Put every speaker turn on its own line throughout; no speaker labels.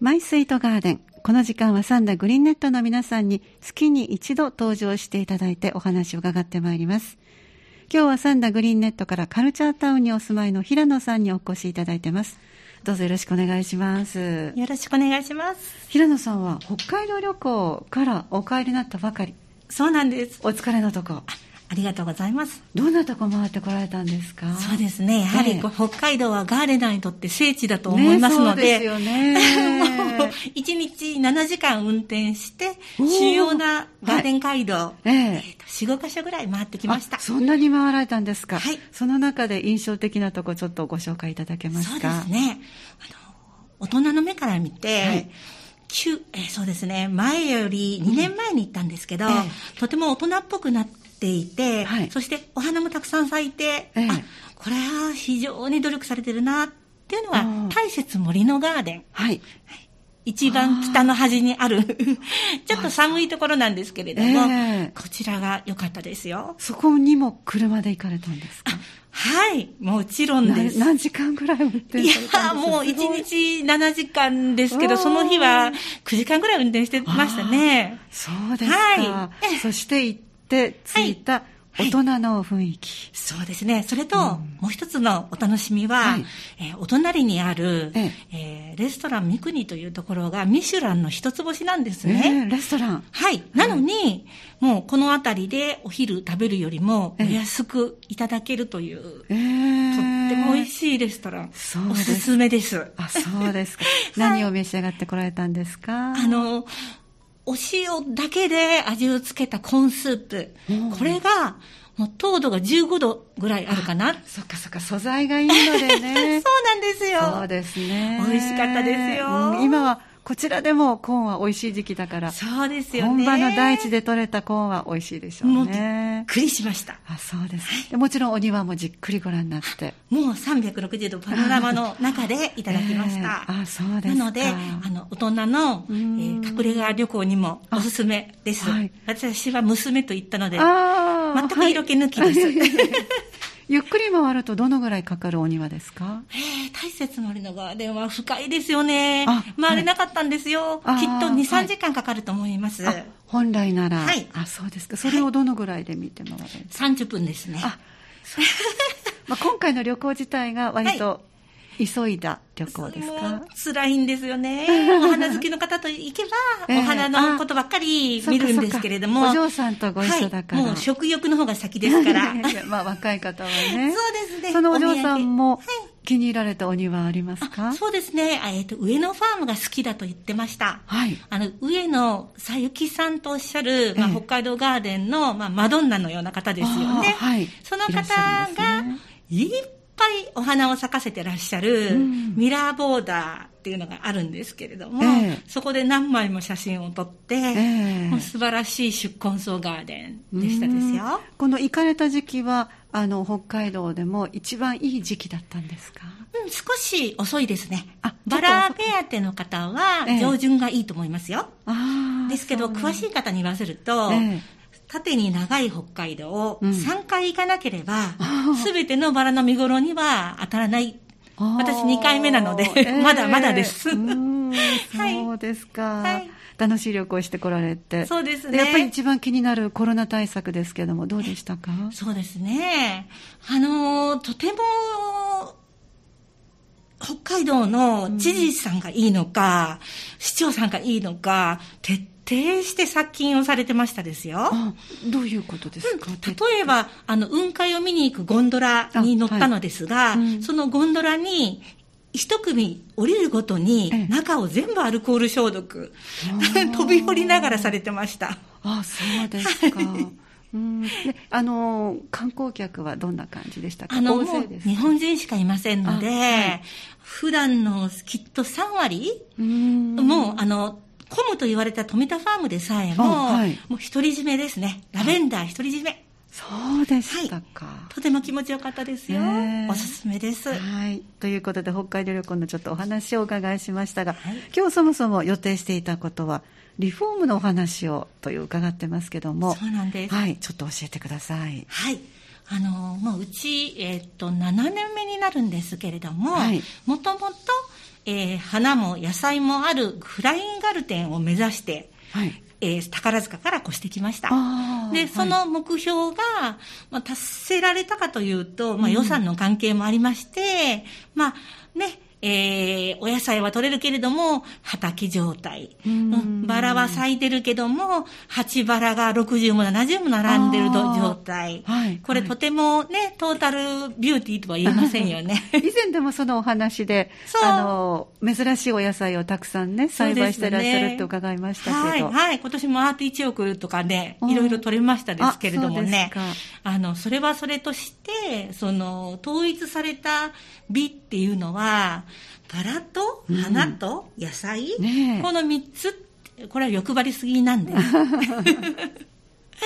マイスイートガーデン。この時間はサンダグリーンネットの皆さんに月に一度登場していただいてお話を伺ってまいります。今日はサンダグリーンネットからカルチャータウンにお住まいの平野さんにお越しいただいてます。どうぞよろしくお願いします。
よろしくお願いします。
平野さんは北海道旅行からお帰りになったばかり。
そうなんです。
お疲れのとこ。
ありがとうございます。
どんなとこ回ってこられたんですか
そうですね。やはり、ね、北海道はガーデナーにとって聖地だと思いますの
ね、そうで
で。
す よね。
もう1日7時間運転して、主要なガーデン街道、はい、えー、えー、と4、5箇所ぐらい回ってきました。
そんなに回られたんですかはい。その中で印象的なとこちょっとご紹介いただけますか
そうですね。あの、大人の目から見て、はい中えー、そうですね前より2年前に行ったんですけど、うんえー、とても大人っぽくなっていて、はい、そしてお花もたくさん咲いて、えー、あこれは非常に努力されてるなっていうのは大雪森のガーデン、
はい、
一番北の端にある ちょっと寒いところなんですけれども、えー、こちらが良かったですよ
そこにも車で行かれたんですか
はい、もちろんです。
何時間ぐらい運転
いや、もう1日7時間ですけど、その日は9時間ぐらい運転してましたね。、
そうですか。はい。そして行って着いた、大人の雰囲気、はい
そうですね。それと、うん、もう一つのお楽しみは、はい、えー、お隣にある、ええー、レストラン三国というところが、ミシュランの一つ星なんですね。
えー、レストラン
はい。なのに、うん、もうこの辺りでお昼食べるよりも、お安くいただけるという、えー、とっても美味しいレストラン。そうおすすめです。
あ、そうです か。何を召し上がってこられたんですか、
はい、あの、お塩だけで味をつけたコーンスープ。これが、もう糖度が15度ぐらいあるかな。
そっかそっか、素材がいいのでね。
そうなんですよ。
そうですね。
美味しかったですよ。
うん、今は、こちらでもコーンは美味しい時期だから。
そうですよ
本
ね。
場の大地で採れたコーンは美味しいでしょうね。もうびっ
くりしました。
あ、そうです、はいで。もちろんお庭もじっくりご覧になって。
もう360度パノラマの中でいただきました。
えー、あ、そうです
なので、あの、大人の、えー、隠れ家旅行にもおすすめです。はい、私は娘と行ったので、全く色気抜きです。はい
ゆっくり回るとどのぐらいかかるお庭ですか
ええー、大雪森のガーデンは深いですよね。回れなかったんですよ。はい、きっと2、3時間かかると思います。はい、
本来なら。はい。あ、そうですか。それをどのぐらいで見て回れる、はい、
?30 分ですね。あ、
そう まあ今回の旅行自体が割と、はい急いだ旅行ですか
辛いんです よね。お花好きの方と行けば、えー、お花のことばっかり見るんですけれども。
お嬢さんとご一緒だから。
はい、もう食欲の方が先ですから。
まあ若い方はね。
そうですね。
そのお嬢さんも気に入られたお庭ありますか
そうですね。えっ、ー、と、上野ファームが好きだと言ってました。
はい。
あの、上野さゆきさんとおっしゃる、まあ、えー、北海道ガーデンの、まあ、マドンナのような方ですよね。
はい。
その方が、いっぱいお花を咲かせてらっしゃるミラーボーダーっていうのがあるんですけれども、うんええ、そこで何枚も写真を撮って、え、もう素晴らしい宿根草ガーデンでしたですよ。
この行かれた時期はあの北海道でも一番いい時期だったんですか、
うん、少し遅いですねバラ目当ての方は上旬がいいと思いますよ、ですけど詳しい方に言わせると、縦に長い北海道を3回行かなければ、すべ、うん、てのバラの見頃には当たらない。私2回目なので、えー、まだまだです。
そうですか、はい、楽しい旅行してこられて。
そうですね。
やっぱり一番気になるコロナ対策ですけども、どうでしたか
そうですね。あの、とても、北海道の知事さんがいいのか、うん、市長さんがいいのか、徹底定して殺菌をされてましたですよ。あ
どういうことですか、うん、
例えば、あの、雲海を見に行くゴンドラに乗ったのですが、はいうん、そのゴンドラに、一組降りるごとに、中を全部アルコール消毒、 飛び降りながらされてました。
あ、そうですか。はいうん、あの観光客はどんな感じでしたか
あの日本人しかいませんので、はい、普段のきっと3割もうあのコムと言われた富田ファームでさえも、はい、もう独り占めですね。ラベンダー独り占め。、
そうでしたか、はい
とても気持ちよかったですよ。おすすめです。
はい。ということで、北海道旅行のちょっとお話をお伺いしましたが、はい、今日そもそも予定していたことは、リフォームのお話をという伺ってますけども、
そうなんです。
はい。ちょっと教えてください。
はい。あの、もううち、えー、っと、7年目になるんですけれども、もともと、えー花も野菜もあるフラインガルテンを目指して、
はい。
えー宝塚から越してきました。
あー
で、そ、
はい
の目標が、まあ、達せられたかというと、まあ、予算の関係もありまして、まあね、えーお野菜は取れるけれども、畑状態。
う
うんんバラは咲いてるけども、鉢バラが60も70も並んでるど
あー
状態。
はい
これ
はい
とてもね、トータルビューティーとは言えませんよね。
以前でも そのお話で
そう
あの珍しいお野菜をたくさんね栽培してらっしゃ
そうです
る
ね
って伺いました
は
け
い、
ど、
はい。今年もアーティチョークとかね、
うん
いろいろ取れましたですけれどもね
あ。そうで
あの、それはそれとして、その、統一された美っていうのは、バラと
うん
花と野菜、
ねえ
この三つ、これは欲張りすぎなんで。
すか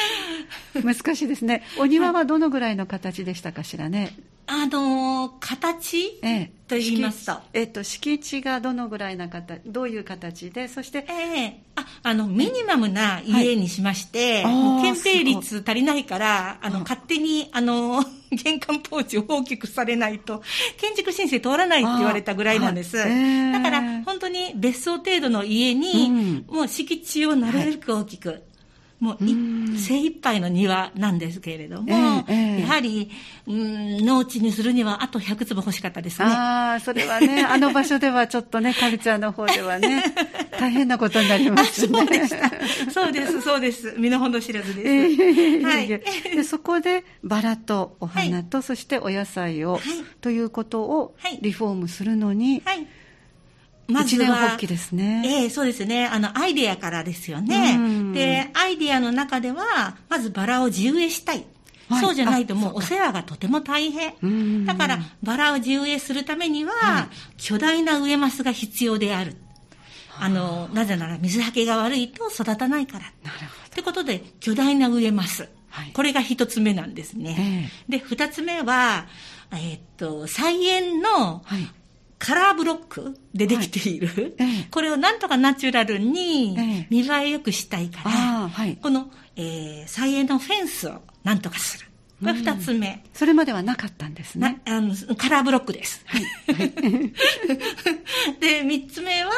難しいですねお庭はどのぐらいの形でしたかしらね、
あの、形
ええ
と言いますと。
えっと敷地がどのぐらいな形どういう形でそして
ええあ、あの、ミニマムな家にしまして、
はい
もう
あー
憲兵率足りないから、あ
うん
の、勝手に、あの、玄関ポーチを大きくされないと、建築申請通らないって言われたぐらいなんです。
あーはいええ
だから、本当に別荘程度の家に、もう敷地をなるべく大きく、もうい
うん
精一杯の庭なんですけれども、
ええええ
やはり、うん、農地にするにはあと100坪欲しかったですね。
ああそれはねあの場所ではちょっとねカルチャーの方では ね大変なことになりますね
そうでした。 そうです、そうです。身の程知らずです。
ええ
はい
ええでそこでバラとお花と、そしてお野菜を、
はい
ということを
はい
リフォームするのに、
はい。
一年発起ですね。
ええそうですね。あの、アイデアからですよね
うん。
で、アイデアの中では、まずバラを自植えしたい。
はい
そうじゃないと
あ
もうお世話がとても大変。
うん
だから、バラを自植えするためには、巨大な植えますが必要である。あの、なぜなら水はけが悪いと育たないから。
なるほ
ってことで、巨大な植えます。
はい
これが一つ目なんですね。で、二つ目は、えーっと、菜園の
ど。はい。
カラーブロックでできている、
はいええ
これをなんとかナチュラルに
ええ
見栄えよくしたいから、
ああ、はい。
この、えー菜園のフェンスをなんとかする。これ二つ目。
それまではなかったんです
な
ね。
あのカラーブロックです。 で、三つ目は、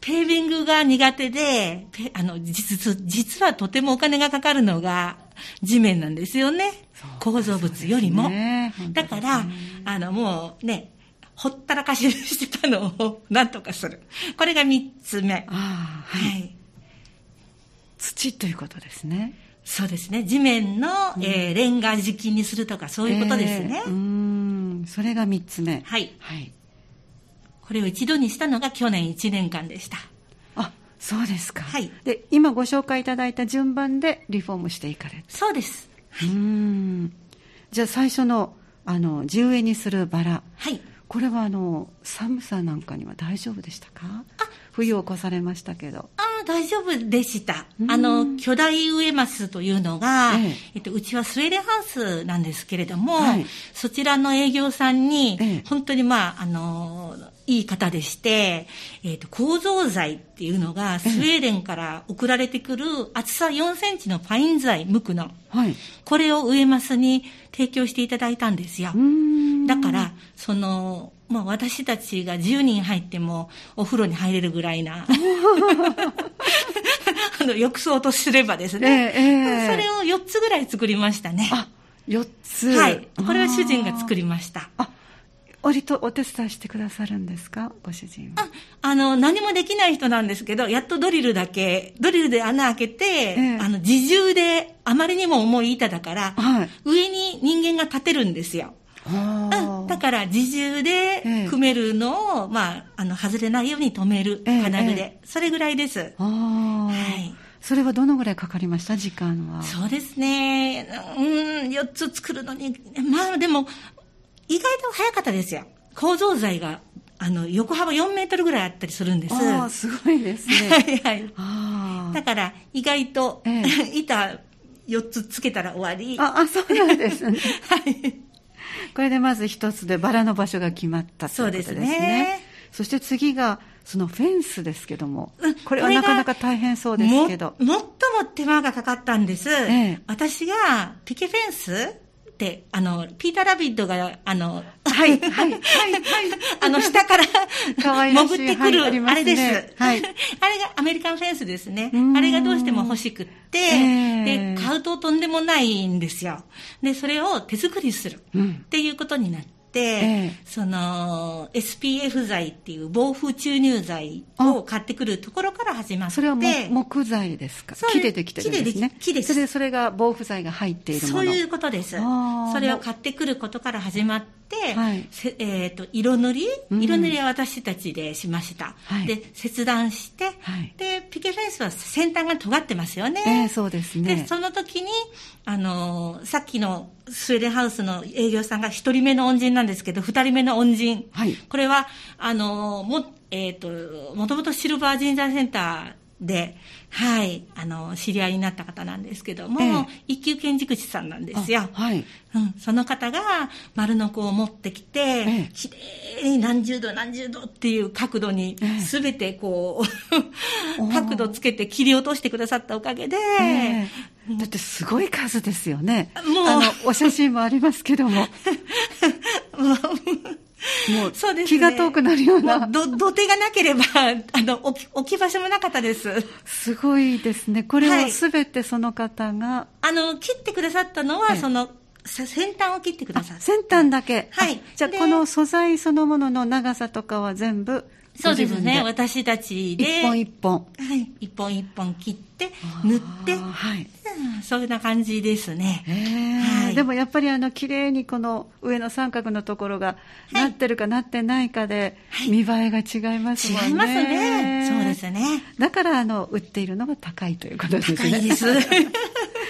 ペービングが苦手で、ペあの、実、実はとてもお金がかかるのが地面なんですよね。構造物よりも。
ね本当
だ
です
か
ね
ら、あの、もうね、ほったらかしにしてたのを なんとかする。これが三つ目。は
ああ、はい。
い。
土ということですね。
そうですね。地面の、えーレンガ敷きにするとか、そういうことですね。
ええうーん、それが三つ目。
はい
はい。
これを一度にしたのが去年1年間でした。
あ、そうですか。
はい
で、今ご紹介いただいた順番でリフォームしていかれ
そうです。
うーんじゃあ最初のあの地植えにするバラ
はい。
これはあの寒さなんかには大丈夫でしたか冬を越されましたけど
ああ、大丈夫でした
う。ん
あの、巨大植えマスというのが、
え
え
え
っと、うちはスウェーデンハウスなんですけれども、
はい
そちらの営業さんに、
ええ
本当にまあ、あの、いい方でして、えっと、構造材っていうのが、スウェーデンから送られてくる厚さ4センチのファイン材、無垢の。
はい
これを植えマスに提供していただいたんですよ。
うーん
だから、その、まあ私たちが10人入ってもお風呂に入れるぐらい な、あの、浴槽とすればですね、
ええええ
それを4つぐらい作りましたね。
あ四4つ
はい。これは主人が作
り
りました。
あ割とお手伝いしてくださるんですかご主人は
ああの、何もできない人なんですけど、やっとドリルだけ、ドリルで穴開けて、
え
あの、自重で、あまりにも重い板だから、
はい
上に人間が立てるんですよ。うんだ
あ
から自
え
重
え
で組めるのを、まあ、あの外れないように止める
ええ
金具で、
え
それぐらいです
あ、ー
はい
それはどのぐらいかかりました時間は
そうですねうん4つ作るのにまあでも意外と早かったですよ構造材があの横幅4メートルぐらいあったりするんです
ああ
は
すごいです
い
ね
はい
あ
だ
ー
から意外と、
ええ
板4つつけたら終わり
ああそうなんですね
はい
これでまず一つでバラの場所が決まったということですね。
そうですね
そして次がそのフェンスですけども
うん、
これは
これ
な
が
かなか大変そうですけど。
ももっとも手間がかかったんです、
ええ
私がピケフェンスっってあのピーター・ラビッドがあの
はい、はい、はい、はい。
あの、下から、 潜ってくる、
はい
あ,あれです。
はい。
あれがアメリカンフェンスですね。あれがどうしても欲しくって、えー、で、買うととんでもないんですよ。で、それを手作りする。っていうことになって。うんえー、その SPF 剤っていう防風注入剤を買ってくるところから始まって
それは木材ですか木でできてるんですね
木で
それそれが防風剤が入っているもの
そういうことですそれを買ってくることから始まって、はい、えーと、と色塗り色塗りは私たちでしました、うん、で切断して、はい、でピケフェンスは先端が尖ってますよね、
えー、そうですね
でその時にあのさっきのスウェーデンハウスの営業さんが1人目の恩人なんですけど、2人目の恩人、はい、これはあのも,、えーと、ともともとシルバー人材センターで、はい、あの知り合いになった方なんですけども、えー、一級建築士さんなんですよ、
はい
うん、その方が丸のこを持ってきて、えー、きれいに何十度何十度っていう角度に全て こう、えー、角度つけて切り落としてくださったおかげで。 え
ーだってすごい数ですよね。もう。あの、お写真もあります けども。もう、そうです、ね、気が遠くなるような。
ど、土手がなければ、 あの、置き、置き場所もなかったです。、
すごいですね。これはすべてその方が、はい
あの、切ってくださったのは、その、先端を切ってくださった。
先端だけ。
はい。
じゃあ、この素材そのものの長さとかは全部、
そうですね。私たちで。
一本一本。
はい。一本一本切って、塗って。はい。そんな感じですね。
はい、でもやっぱりあの、綺麗にこの上の三角のところが、なってるかなってないかで、見栄えが違いますもんね。
違いますね。そうですね。
だからあの、売っているのが高いということですね。
高いです。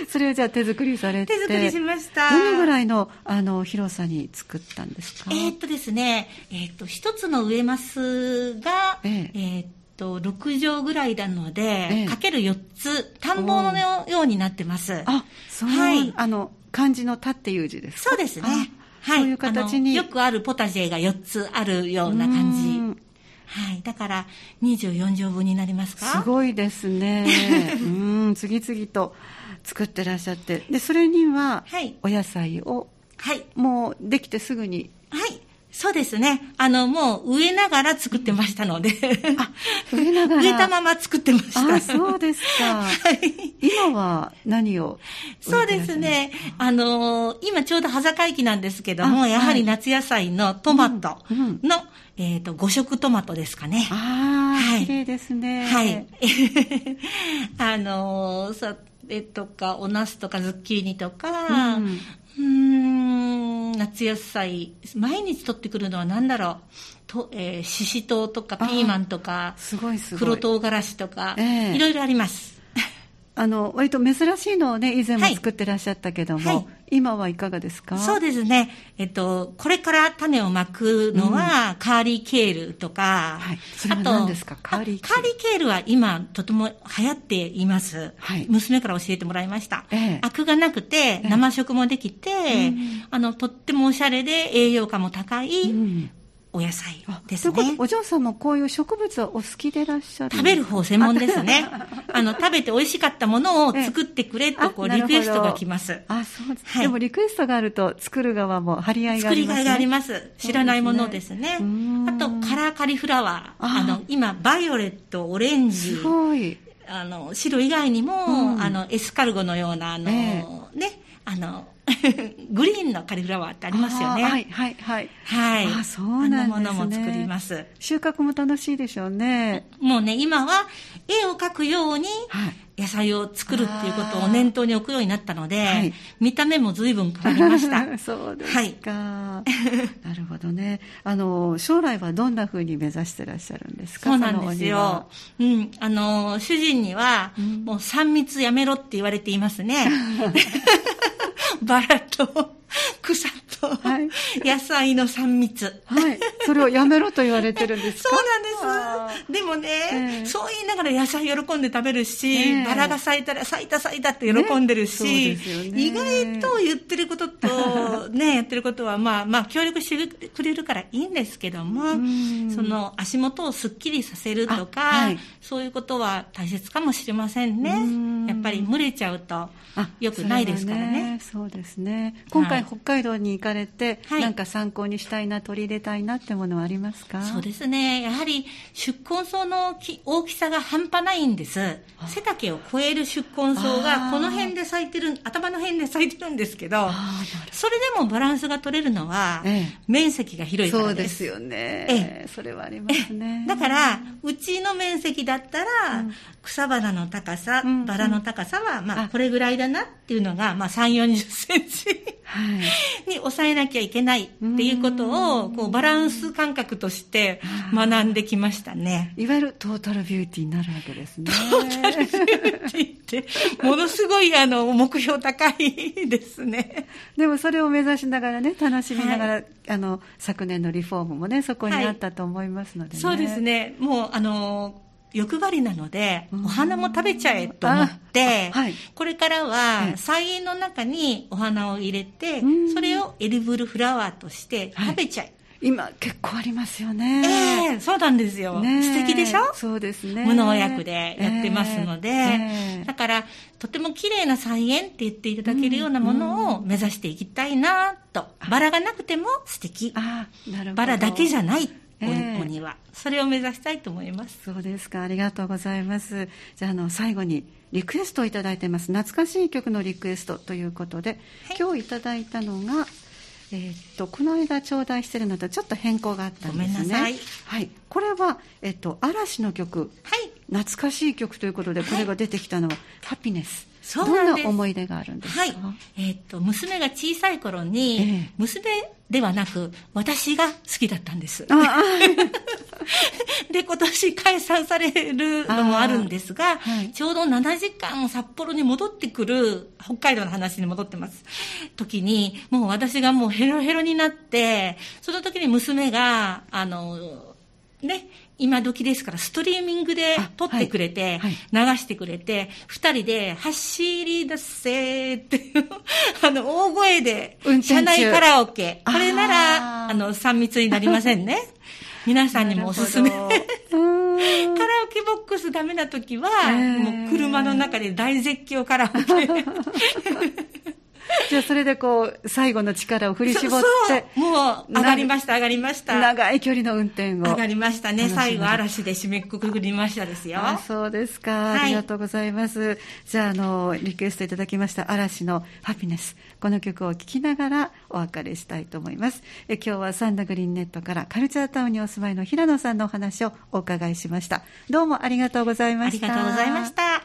それをじゃあ手作りされて。
手作りしました。
どのぐらいの、あの、広さに作ったんですか
えっとですね、えっと、一つの植えますが、えっと、と6畳ぐらいなので、ええ、かける4つ田んぼのようになってます
あそう、はい、あの漢字の「田」っていう字ですか
そうですねはい、
そういう形に
よくあるポタジェが4つあるような感じはい、だから24畳分になりますか
すごいです ねうん次々と作ってらっしゃってでそれにはお野菜を、
はい、
もうできてすぐに
はいそうですね。あの、もう植えながら作ってましたので。
あ、植えながら。
植えたまま作ってました。
あ、そうですか。はい。 今は何を
そうですね。あのー、今ちょうど葉盛期なんですけども、やはり夏野菜のトマトの、うんうん、えっ、と、5色トマトですかね。
ああ、はい、綺麗ですね。
はい。 あのー、さ、えとか、お茄子とかズッキーニとか、うんうん夏野菜毎日取ってくるのは何だろうと、えー、ししとうとかピーマンとか
すごいすごい
黒唐辛子とか、えー、いろいろあります
あの割と珍しいのをね以前も作ってらっしゃったけども、はいはい、今はいかがですか
そうですねえっとこれから種をまくのは、うん、カーリーケールとか、
はい、それは何ですかカーリー
ケールカーリーケールは今とても流行っています、はい、娘から教えてもらいました、ええ、アクがなくて生食もできて、ええ、あのとってもおしゃれで栄養価も高い、うんお野菜ですね。
お嬢さんもこういう植物はお好きでいらっしゃる
食べる方専門で すね。あの、食べて美味しかったものを作ってくれと、こう、リクエストが来ます。
あ、そうです、でもリクエストがあると、作る側も張り合いがあります、
作りがいがあります。知らないものですね。あと、カラーカリフラワー。あの、今、バイオレット、オレンジ。
すごい。
あの、白以外にも、あの、エスカルゴのような、あの、ね、あの、 グリーンのカリフラワーってありますよね。
はいはいはい。
はい。
あ、そうなんですね。
ものも作ります。
収穫も楽しいでしょうね。
もうね、今は絵を描くように野菜を作るっていうことを念頭に置くようになったので、はい、見た目も随分変わりました。
そうですか。はい、なるほどね。あの、将来はどんなふうに目指してらっしゃるんですか
そうなんですよ。うん。あの、主人には、もう3密 やめろって言われていますね。バラと草とと、野菜の3密。
はい。それをやめろと言われてるんです
かそうなんです。でもね、えー、そう言いながら野菜喜んで食べるし、えー、バラが咲いたら咲いた咲いたって喜んでるし、ねね、意外と言ってること と、ね、やってることは、まあまあ、協力してくれるからいいんですけども、 その足元をすっきりさせるとか、はい、そういうことは大切かもしれませんね。やっぱり蒸れちゃうと、よくないですからね。
そうですね。今回、はい、北海道に行かれて、はい、なんか参考にしたいな、取り入れたいなってものはありますか
そうですね。やはり、出根層の大きさが半端ないんです。背丈を超える出根層が、この辺で咲いてる、頭の辺で咲いてるんですけど、それでもバランスが取れるのは、ええ、面積が広いか
です。そ
ら
うですよね。ええ、それはありますね。
だから、うちの面積だったら、うん、草花の高さ、うんうん、バラの高さは、まあ、これぐらいだなっていうのが、まあ、3、40センチ。はい、に抑えなきゃいけないっていうことをこうバランス感覚として学んできましたね
いわゆるトータルビューティーになるわけですね
トータルビューティーってものすごいあの目標高いですね
でもそれを目指しながらね楽しみながら、はい、あの昨年のリフォームもねそこにあったと思いますので、ね
はい、そうですねもうあの欲張りなので、お花も食べちゃえと思って、はい、これからは菜園の中にお花を入れて、それをエディブルフラワーとして食べちゃえ。はい
今結構ありますよね。
ええー、そうなんですよ。素敵でしょ
そうですね。
無農薬でやってますので、えーえー、だからとても綺麗な菜園って言っていただけるようなものを目指していきたいなと、バラがなくても素敵。あなるほどバラだけじゃない。お庭、えー、それを目指したいと思います
そうですかありがとうございますじゃああの最後にリクエストを頂いてます懐かしい曲のリクエストということで、はい、今日いただいたのがえー、っとこの間頂戴してるのとちょっと変更があったんですねはい、これは、えっと、嵐の曲、はい、懐かしい曲ということでこれが出てきたのは「はい、ハピネス」そうどんな思い出があるんですか、はい、
えー、っと娘が小さい頃に、えー、娘ではなく私が好きだったんです。で今年解散されるのもあるんですが、はい、ちょうど7時間札幌に戻ってくる北海道の話に戻ってます時にもう私がもうヘロヘロになってその時に娘があのね今時ですから、ストリーミングで撮ってくれて、はいはい、流してくれて、二人で、走り出せっていう、 あの、大声で、車内カラオケ。これなら、あの、3密になりませんね。皆さんにもおすすめ。カラオケボックスダメな時は、えー、もう車の中で大絶叫カ ラオケ。
じゃあそれでこう最後の力を振り絞って
もう上がりました上がりました
長い距離の運転を
上がりましたね最後嵐で締めくくりましたですよ
そうですか、はい、ありがとうございますじゃああのリクエストいただきました嵐の「ハピネス」この曲を聴きながらお別れしたいと思いますえ今日はサンダグリーンネットからカルチャータウンにお住まいの平野さんのお話をお伺いしましたどうもありがとうございました
ありがとうございました